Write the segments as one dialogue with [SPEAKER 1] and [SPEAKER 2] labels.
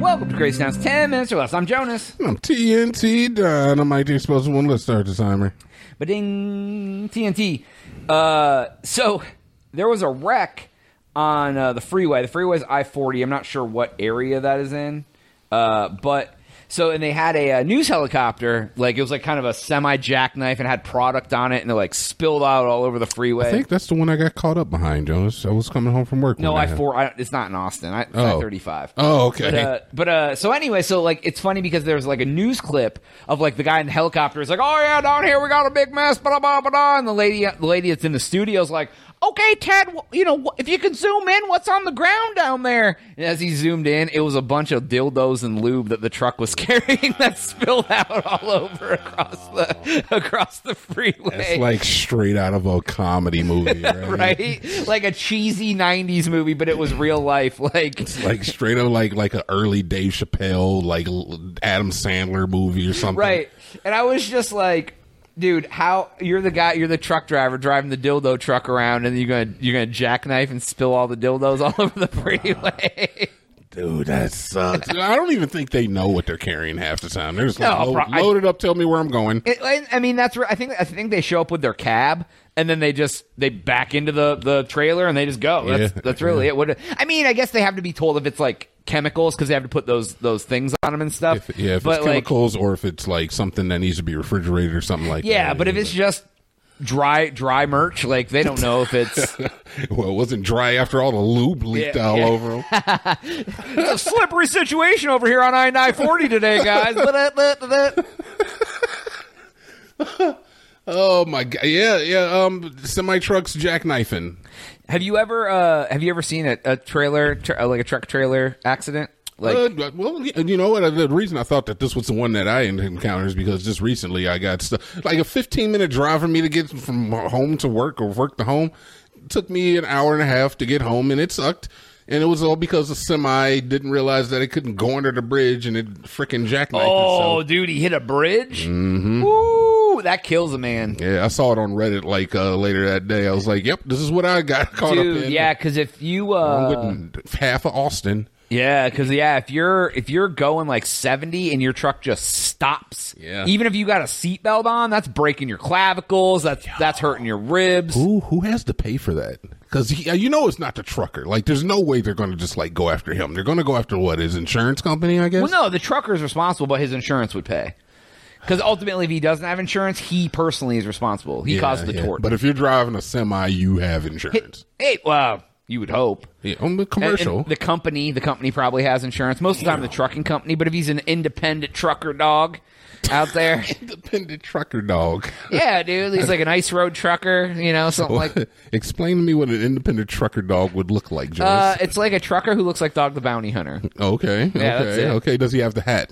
[SPEAKER 1] Welcome to Grace Sounds 10 Minutes or Less. I'm Jonas.
[SPEAKER 2] I'm TNT Dynamite, the explosive one. Let's start the timer.
[SPEAKER 1] But ding, TNT. Uh, so there was a wreck on uh, the freeway. The freeway's I 40. I'm not sure what area that is in. Uh, but so, and they had a, uh news helicopter. Like it was like kind of a semi jackknife and had product on it and it like spilled out all over the freeway.
[SPEAKER 2] I think that's the one I got caught up behind, Jonas. I was coming home from work.
[SPEAKER 1] no,
[SPEAKER 2] when
[SPEAKER 1] I
[SPEAKER 2] that
[SPEAKER 1] four. I, it's not in Austin. I, it's
[SPEAKER 2] Oh.
[SPEAKER 1] I thirty five.
[SPEAKER 2] Oh, okay.
[SPEAKER 1] But, uh, but uh, so anyway, so like it's funny because there's like a news clip of like the guy in the helicopter is like, "Oh yeah, down here we got a big mess," blah blah blah, blah. and the lady, the lady that's in the studio is like, "Okay, Ted, wh- you know wh- if you can zoom in, what's on the ground down there?" And as he zoomed in, it was a bunch of dildos and lube that the truck was carrying that spilled out all over across the across the freeway.
[SPEAKER 2] It's like straight out of a comedy movie, right?
[SPEAKER 1] Right, like a cheesy '90s movie, but it was real life. Like,
[SPEAKER 2] Like straight up like like an early Dave Chappelle, like l- Adam Sandler movie or something.
[SPEAKER 1] Right. And I was just like, dude, how you're the guy, you're the truck driver driving the dildo truck around and you're going to you're going to jackknife and spill all the dildos all over the freeway.
[SPEAKER 2] Dude, that sucks. I don't even think they know what they're carrying half the time. They're just like,
[SPEAKER 1] No,
[SPEAKER 2] "Lo-
[SPEAKER 1] bro, I-
[SPEAKER 2] load it up, tell me where I'm going.
[SPEAKER 1] It- I- I mean, that's where I think I think they show up with their cab and then they just they back into the the trailer and they just go. That's
[SPEAKER 2] Yeah.
[SPEAKER 1] that's really it. What I mean, I guess they have to be told if it's like chemicals because they have to put those those things on them and stuff.
[SPEAKER 2] If, yeah, if
[SPEAKER 1] but
[SPEAKER 2] it's
[SPEAKER 1] like,
[SPEAKER 2] chemicals or if it's like something that needs to be refrigerated or something like
[SPEAKER 1] yeah,
[SPEAKER 2] that.
[SPEAKER 1] but if it's just dry dry merch, like they don't know if it's
[SPEAKER 2] well, it wasn't dry after all the lube leaked
[SPEAKER 1] Yeah,
[SPEAKER 2] all
[SPEAKER 1] yeah.
[SPEAKER 2] over him.
[SPEAKER 1] a slippery situation over here on I nine forty today, guys.
[SPEAKER 2] Oh my god! Yeah, yeah. Um, semi trucks jackknifing.
[SPEAKER 1] have you ever uh, have you ever seen a, a trailer tra- like a truck trailer accident? Like
[SPEAKER 2] uh, well, yeah, you know what? uh, The reason I thought that this was the one that I en- encountered is because just recently I got stuck. Like a 15 minute drive for me to get from home to work or work to home took me an hour and a half to get home, and it sucked. And it was all because the semi didn't realize that it couldn't go under the bridge, and it freaking jackknifed
[SPEAKER 1] oh,
[SPEAKER 2] itself.
[SPEAKER 1] dude, he hit a bridge. Ooh, that kills a man.
[SPEAKER 2] Mm-hmm. Yeah, I saw it on Reddit like uh, later that day. I was like, "Yep, this is what I got caught up
[SPEAKER 1] Dude,
[SPEAKER 2] in."
[SPEAKER 1] yeah, because if you,
[SPEAKER 2] I'm
[SPEAKER 1] uh,
[SPEAKER 2] with half of Austin.
[SPEAKER 1] yeah, because yeah, if you're if you're going like seventy and your truck just stops,
[SPEAKER 2] Yeah.
[SPEAKER 1] even if you got a seatbelt on, that's breaking your clavicles, that's that's hurting your ribs.
[SPEAKER 2] Who who has to pay for that? Because you know it's not the trucker. Like, there's no way they're going to just like go after him. They're going to go after what his insurance company, I guess.
[SPEAKER 1] Well, no, the trucker is responsible, but his insurance would pay. Because ultimately, if he doesn't have insurance, he personally is responsible. He
[SPEAKER 2] Yeah,
[SPEAKER 1] caused the
[SPEAKER 2] yeah.
[SPEAKER 1] tort.
[SPEAKER 2] But if you're driving a semi, you have insurance.
[SPEAKER 1] hey, well, you would hope.
[SPEAKER 2] Yeah, on the
[SPEAKER 1] And- and
[SPEAKER 2] commercial.
[SPEAKER 1] the company, the company probably has insurance. Most of the time, the trucking company. But if he's an independent trucker dog out there,
[SPEAKER 2] independent trucker dog.
[SPEAKER 1] yeah, dude, he's like an ice road trucker, you know, something like.
[SPEAKER 2] Explain to me what an independent trucker dog would look like,
[SPEAKER 1] Uh,
[SPEAKER 2] Jonas.
[SPEAKER 1] it's like a trucker who looks like Dog the Bounty Hunter.
[SPEAKER 2] okay,
[SPEAKER 1] yeah, that's
[SPEAKER 2] okay,
[SPEAKER 1] it.
[SPEAKER 2] okay. Does he have the hat,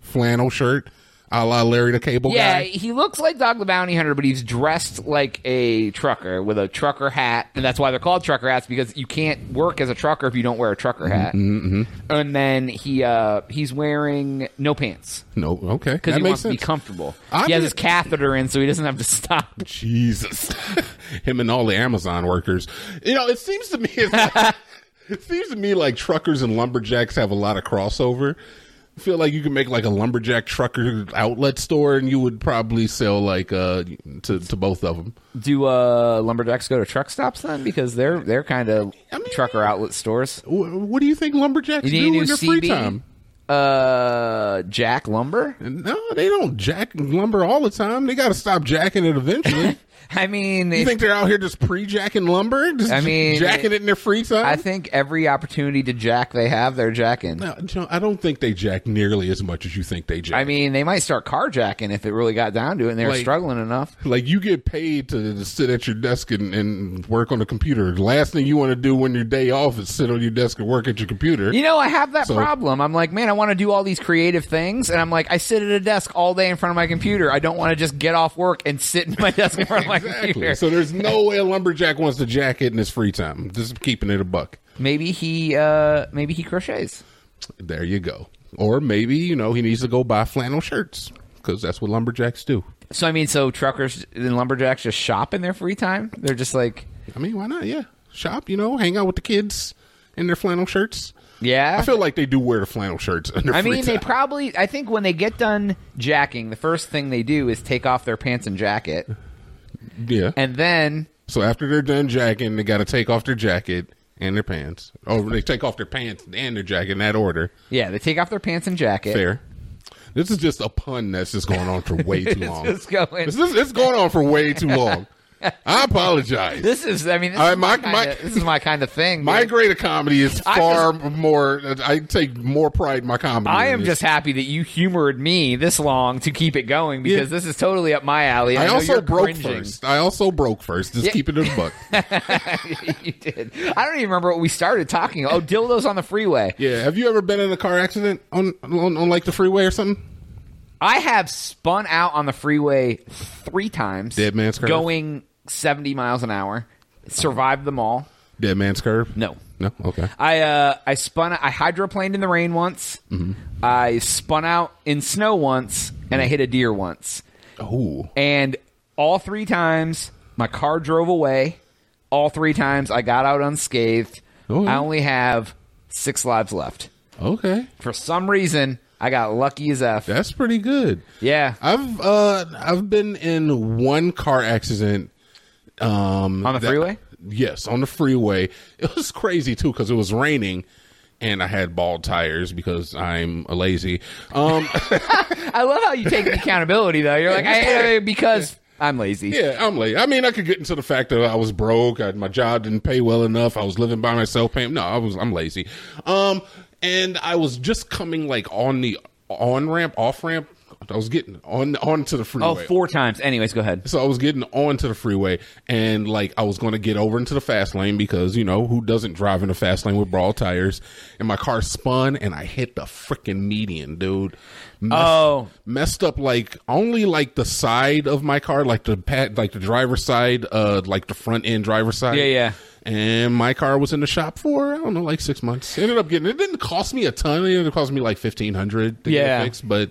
[SPEAKER 2] flannel shirt, a la Larry the Cable
[SPEAKER 1] Yeah,
[SPEAKER 2] Guy?
[SPEAKER 1] he looks like Dog the Bounty Hunter, but he's dressed like a trucker with a trucker hat, and that's why they're called trucker hats because you can't work as a trucker if you don't wear a trucker hat. Mm-hmm. And then he uh, he's wearing no pants
[SPEAKER 2] No, okay, that
[SPEAKER 1] because he
[SPEAKER 2] makes
[SPEAKER 1] wants
[SPEAKER 2] sense.
[SPEAKER 1] to be comfortable.
[SPEAKER 2] I'm
[SPEAKER 1] he has
[SPEAKER 2] gonna-
[SPEAKER 1] his catheter in, so he doesn't have to stop.
[SPEAKER 2] Jesus, him and all the Amazon workers. You know, it seems to me, it's like, it seems to me like truckers and lumberjacks have a lot of crossover. I feel like you can make like a lumberjack trucker outlet store, and you would probably sell like uh to to both of them.
[SPEAKER 1] Do uh, lumberjacks go to truck stops then? Because they're they're kind of
[SPEAKER 2] I mean-
[SPEAKER 1] trucker outlet stores.
[SPEAKER 2] Wh- What do you think lumberjacks
[SPEAKER 1] You
[SPEAKER 2] do
[SPEAKER 1] need a
[SPEAKER 2] in
[SPEAKER 1] new
[SPEAKER 2] their free
[SPEAKER 1] CB?
[SPEAKER 2] time?
[SPEAKER 1] Uh, Jack Lumber.
[SPEAKER 2] No, they don't jack lumber all the time. They got to stop jacking it eventually.
[SPEAKER 1] I mean,
[SPEAKER 2] you
[SPEAKER 1] if-
[SPEAKER 2] think they're out here just pre-jacking lumber? Just
[SPEAKER 1] I mean,
[SPEAKER 2] jacking it in their free time.
[SPEAKER 1] I think every opportunity to jack they have, they're jacking.
[SPEAKER 2] No, Joe, I don't think they jack nearly as much as you think they jack.
[SPEAKER 1] I mean, they might start carjacking if it really got down to it and they were
[SPEAKER 2] Like-
[SPEAKER 1] struggling enough.
[SPEAKER 2] like you get paid to, to sit at your desk and, and work on the computer. The last thing you want to do when your day off is sit on your desk and work at your computer.
[SPEAKER 1] You know, I have that
[SPEAKER 2] So-
[SPEAKER 1] problem. I'm like, man, I want to do all these creative things. And I'm like, I sit at a desk all day in front of my computer. I don't want to just get off work and sit in my desk in front of my
[SPEAKER 2] exactly.
[SPEAKER 1] computer.
[SPEAKER 2] So there's no way a lumberjack wants to jack it in his free time. Just keeping it a buck.
[SPEAKER 1] maybe he, uh, maybe he crochets.
[SPEAKER 2] There you go. Or maybe you know he needs to go buy flannel shirts because that's what lumberjacks do.
[SPEAKER 1] So, I mean, so truckers and lumberjacks just shop in their free time. They're just like,
[SPEAKER 2] I mean, why not? Yeah, shop. You know, hang out with the kids in their flannel shirts.
[SPEAKER 1] Yeah.
[SPEAKER 2] I feel like they do wear the flannel shirts. In their
[SPEAKER 1] I
[SPEAKER 2] free
[SPEAKER 1] mean, they
[SPEAKER 2] time.
[SPEAKER 1] probably. I think when they get done jacking, the first thing they do is take off their pants and jacket,
[SPEAKER 2] yeah.
[SPEAKER 1] and then
[SPEAKER 2] So after they're done jacking, they got to take off their jacket and their pants. Oh, they take off their pants and their jacket in that order.
[SPEAKER 1] yeah, they take off their pants and jacket.
[SPEAKER 2] Fair. This is just a pun that's just going on for way too long.
[SPEAKER 1] It's going.
[SPEAKER 2] This is it's going on for way too long. I apologize.
[SPEAKER 1] This is. I mean, this,
[SPEAKER 2] I-
[SPEAKER 1] is, my,
[SPEAKER 2] my-
[SPEAKER 1] kinda,
[SPEAKER 2] my-
[SPEAKER 1] this is my kind of thing.
[SPEAKER 2] My
[SPEAKER 1] man.
[SPEAKER 2] grade of comedy is
[SPEAKER 1] I'm
[SPEAKER 2] far more. I take more pride in my comedy.
[SPEAKER 1] I
[SPEAKER 2] than
[SPEAKER 1] am
[SPEAKER 2] this.
[SPEAKER 1] just happy that you humored me this long to keep it going because
[SPEAKER 2] Yeah.
[SPEAKER 1] this is totally up my alley.
[SPEAKER 2] I
[SPEAKER 1] know
[SPEAKER 2] also
[SPEAKER 1] you're
[SPEAKER 2] broke
[SPEAKER 1] cringing.
[SPEAKER 2] first. I also broke first. Just keep it in the book.
[SPEAKER 1] you did. I don't even remember what we started talking. Oh, dildos on the freeway.
[SPEAKER 2] Yeah. Have you ever been in a car accident on on, on like the freeway or something?
[SPEAKER 1] I have spun out on the freeway three times.
[SPEAKER 2] Dead man's curve?
[SPEAKER 1] Going 70 miles an hour. Survived them all.
[SPEAKER 2] Dead man's curve.
[SPEAKER 1] No.
[SPEAKER 2] No. Okay.
[SPEAKER 1] I uh, I spun. I hydroplaned in the rain once. I spun out in snow once, and I hit a deer once.
[SPEAKER 2] Oh.
[SPEAKER 1] And all three times, my car drove away. All three times, I got out unscathed.
[SPEAKER 2] Oh, yeah.
[SPEAKER 1] I only have six lives left.
[SPEAKER 2] Okay.
[SPEAKER 1] For some reason, I got lucky as f.
[SPEAKER 2] That's pretty good.
[SPEAKER 1] Yeah,
[SPEAKER 2] I've uh I've been in one car accident um
[SPEAKER 1] On the freeway?
[SPEAKER 2] Yes, on the freeway. It was crazy too cuz it was raining and I had bald tires because I'm a lazy. Um
[SPEAKER 1] I love how you take the accountability though. You're like, I hate it because I'm lazy.
[SPEAKER 2] yeah, I'm late. I mean, I could get into the fact that I was broke, I, my job didn't pay well enough, I was living by myself paying. No, I was I'm lazy. Um and I was just coming like on the on ramp, off ramp. I was getting on onto the freeway.
[SPEAKER 1] Oh, four times. Anyways, go ahead.
[SPEAKER 2] So I was getting onto the freeway and like I was going to get over into the fast lane because, you know, who doesn't drive in the fast lane with broad tires? And my car spun and I hit the freaking median, dude. Mess-
[SPEAKER 1] Oh.
[SPEAKER 2] Messed up like only like the side of my car, like the pat, like the driver's side, uh, like the front end driver's side.
[SPEAKER 1] Yeah, yeah.
[SPEAKER 2] And my car was in the shop for I don't know, like six months. Ended up getting it didn't cost me a ton. It ended up costing me like fifteen hundred to get
[SPEAKER 1] Yeah.
[SPEAKER 2] it fixed, but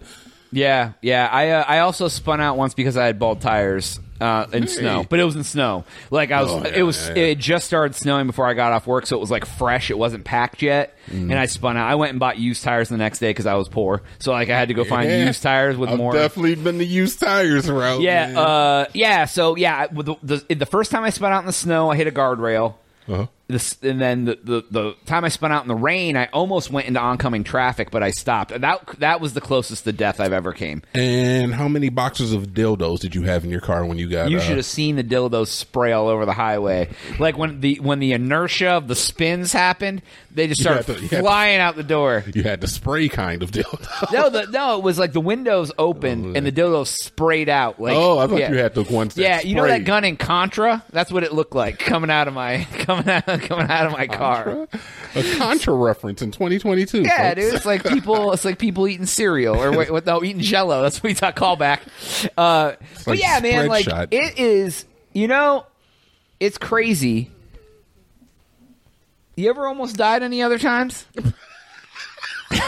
[SPEAKER 1] Yeah, yeah. I uh, I also spun out once because I had bald tires uh, in snow, but it was in snow. Like I was,
[SPEAKER 2] Oh, yeah,
[SPEAKER 1] it was
[SPEAKER 2] yeah, yeah.
[SPEAKER 1] it just started snowing before I got off work, so it was like fresh. It wasn't packed yet,
[SPEAKER 2] Mm.
[SPEAKER 1] and I spun out. I went and bought used tires the next day because I was poor, so like I had to go find
[SPEAKER 2] Yeah.
[SPEAKER 1] used tires with
[SPEAKER 2] I've
[SPEAKER 1] more.
[SPEAKER 2] definitely been the used tires route. man.
[SPEAKER 1] yeah, uh, yeah. So yeah, I- with the, the, the first time I spun out in the snow, I hit a guardrail.
[SPEAKER 2] Uh-huh.
[SPEAKER 1] This, and then the, the the time I spun out in the rain, I almost went into oncoming traffic, but I stopped. That that was the closest to death I've ever came.
[SPEAKER 2] And how many boxes of dildos did you have in your car when you got?
[SPEAKER 1] You
[SPEAKER 2] uh,
[SPEAKER 1] should have seen the dildos spray all over the highway. Like when the when the inertia of the spins happened, they just started
[SPEAKER 2] had to- you had to-
[SPEAKER 1] flying out the door.
[SPEAKER 2] You had the spray kind of dildo.
[SPEAKER 1] No, the, no, it was like the windows opened and the dildos sprayed out. Like
[SPEAKER 2] oh, I thought
[SPEAKER 1] yeah.
[SPEAKER 2] you had the ones. That
[SPEAKER 1] Yeah, you know that
[SPEAKER 2] sprayed.
[SPEAKER 1] gun in Contra? That's what it looked like coming out of my coming out coming out of my car.
[SPEAKER 2] A contra reference in 2022.
[SPEAKER 1] Yeah,
[SPEAKER 2] folks.
[SPEAKER 1] dude, it's like people it's like people eating cereal or wait, what no, eating jello. That's what we talk callback. Uh but
[SPEAKER 2] like
[SPEAKER 1] yeah, man,
[SPEAKER 2] spread
[SPEAKER 1] like
[SPEAKER 2] shot.
[SPEAKER 1] it is, you know, it's crazy. You ever almost died any other times?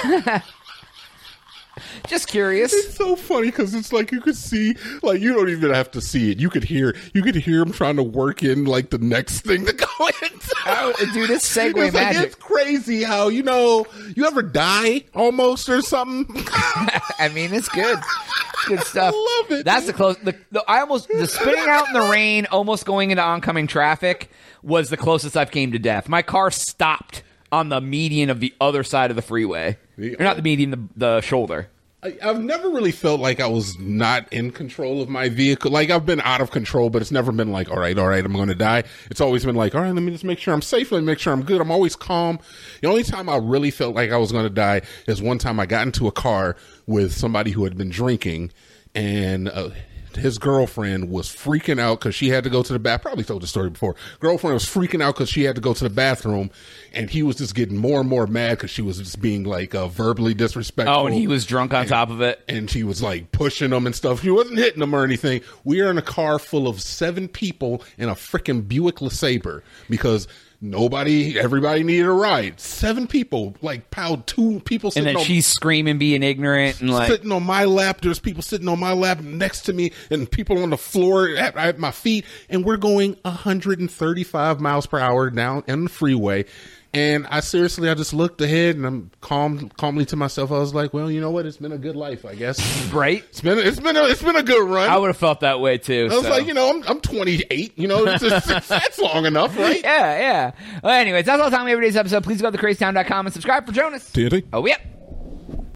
[SPEAKER 1] Just curious.
[SPEAKER 2] It's so funny because it's like you could see, like you don't even have to see it. You could hear, you could hear him trying to work in like the next thing to go into.
[SPEAKER 1] Dude, it's segue
[SPEAKER 2] It's, like,
[SPEAKER 1] magic.
[SPEAKER 2] it's crazy how you know you ever die almost or something.
[SPEAKER 1] I mean, it's good. It's good stuff.
[SPEAKER 2] I love it,
[SPEAKER 1] That's the close. The, the I almost the spinning out in the rain, almost going into oncoming traffic, was the closest I've came to death. My car stopped on the median of the other side of the freeway.
[SPEAKER 2] The-
[SPEAKER 1] or not the median, the, the shoulder.
[SPEAKER 2] I, I've never really felt like I was not in control of my vehicle. Like I've been out of control, but it's never been like, all right, all right, I'm going to die. It's always been like, all right, let me just make sure I'm safe. Let me make sure I'm good. I'm always calm. The only time I really felt like I was going to die is one time I got into a car with somebody who had been drinking and uh, his girlfriend was freaking out because she had to go to the bath. Probably told the story before. Girlfriend was freaking out because she had to go to the bathroom, and he was just getting more and more mad because she was just being like uh, verbally disrespectful
[SPEAKER 1] Oh, and he was drunk on top of it.
[SPEAKER 2] and she was like pushing them and stuff. She wasn't hitting them or anything. We are in a car full of seven people and a freaking Buick LeSabre because Nobody, everybody needed a ride. Seven people, like piled two people
[SPEAKER 1] and
[SPEAKER 2] sitting
[SPEAKER 1] then
[SPEAKER 2] on
[SPEAKER 1] she's screaming, being ignorant, and like
[SPEAKER 2] sitting on my lap. There's people sitting on my lap next to me, and people on the floor at, at my feet. And we're going 135 miles per hour down in the freeway. And I seriously, I just looked ahead, and I'm calm, calmly to myself. I was like, "Well, you know what? It's been a good life, I guess.
[SPEAKER 1] right.
[SPEAKER 2] It's been, it's been, a, it's been a good run."
[SPEAKER 1] I
[SPEAKER 2] I,
[SPEAKER 1] would have felt that way too.
[SPEAKER 2] was
[SPEAKER 1] so.
[SPEAKER 2] like, you know, I'm, I'm 28. You know, it's just- that's long enough, right?
[SPEAKER 1] yeah, yeah. Well, anyways, that's all the time we have for today's episode. Please go to thecrazytown.com and subscribe for Jonas.
[SPEAKER 2] Did he?
[SPEAKER 1] Oh, yep.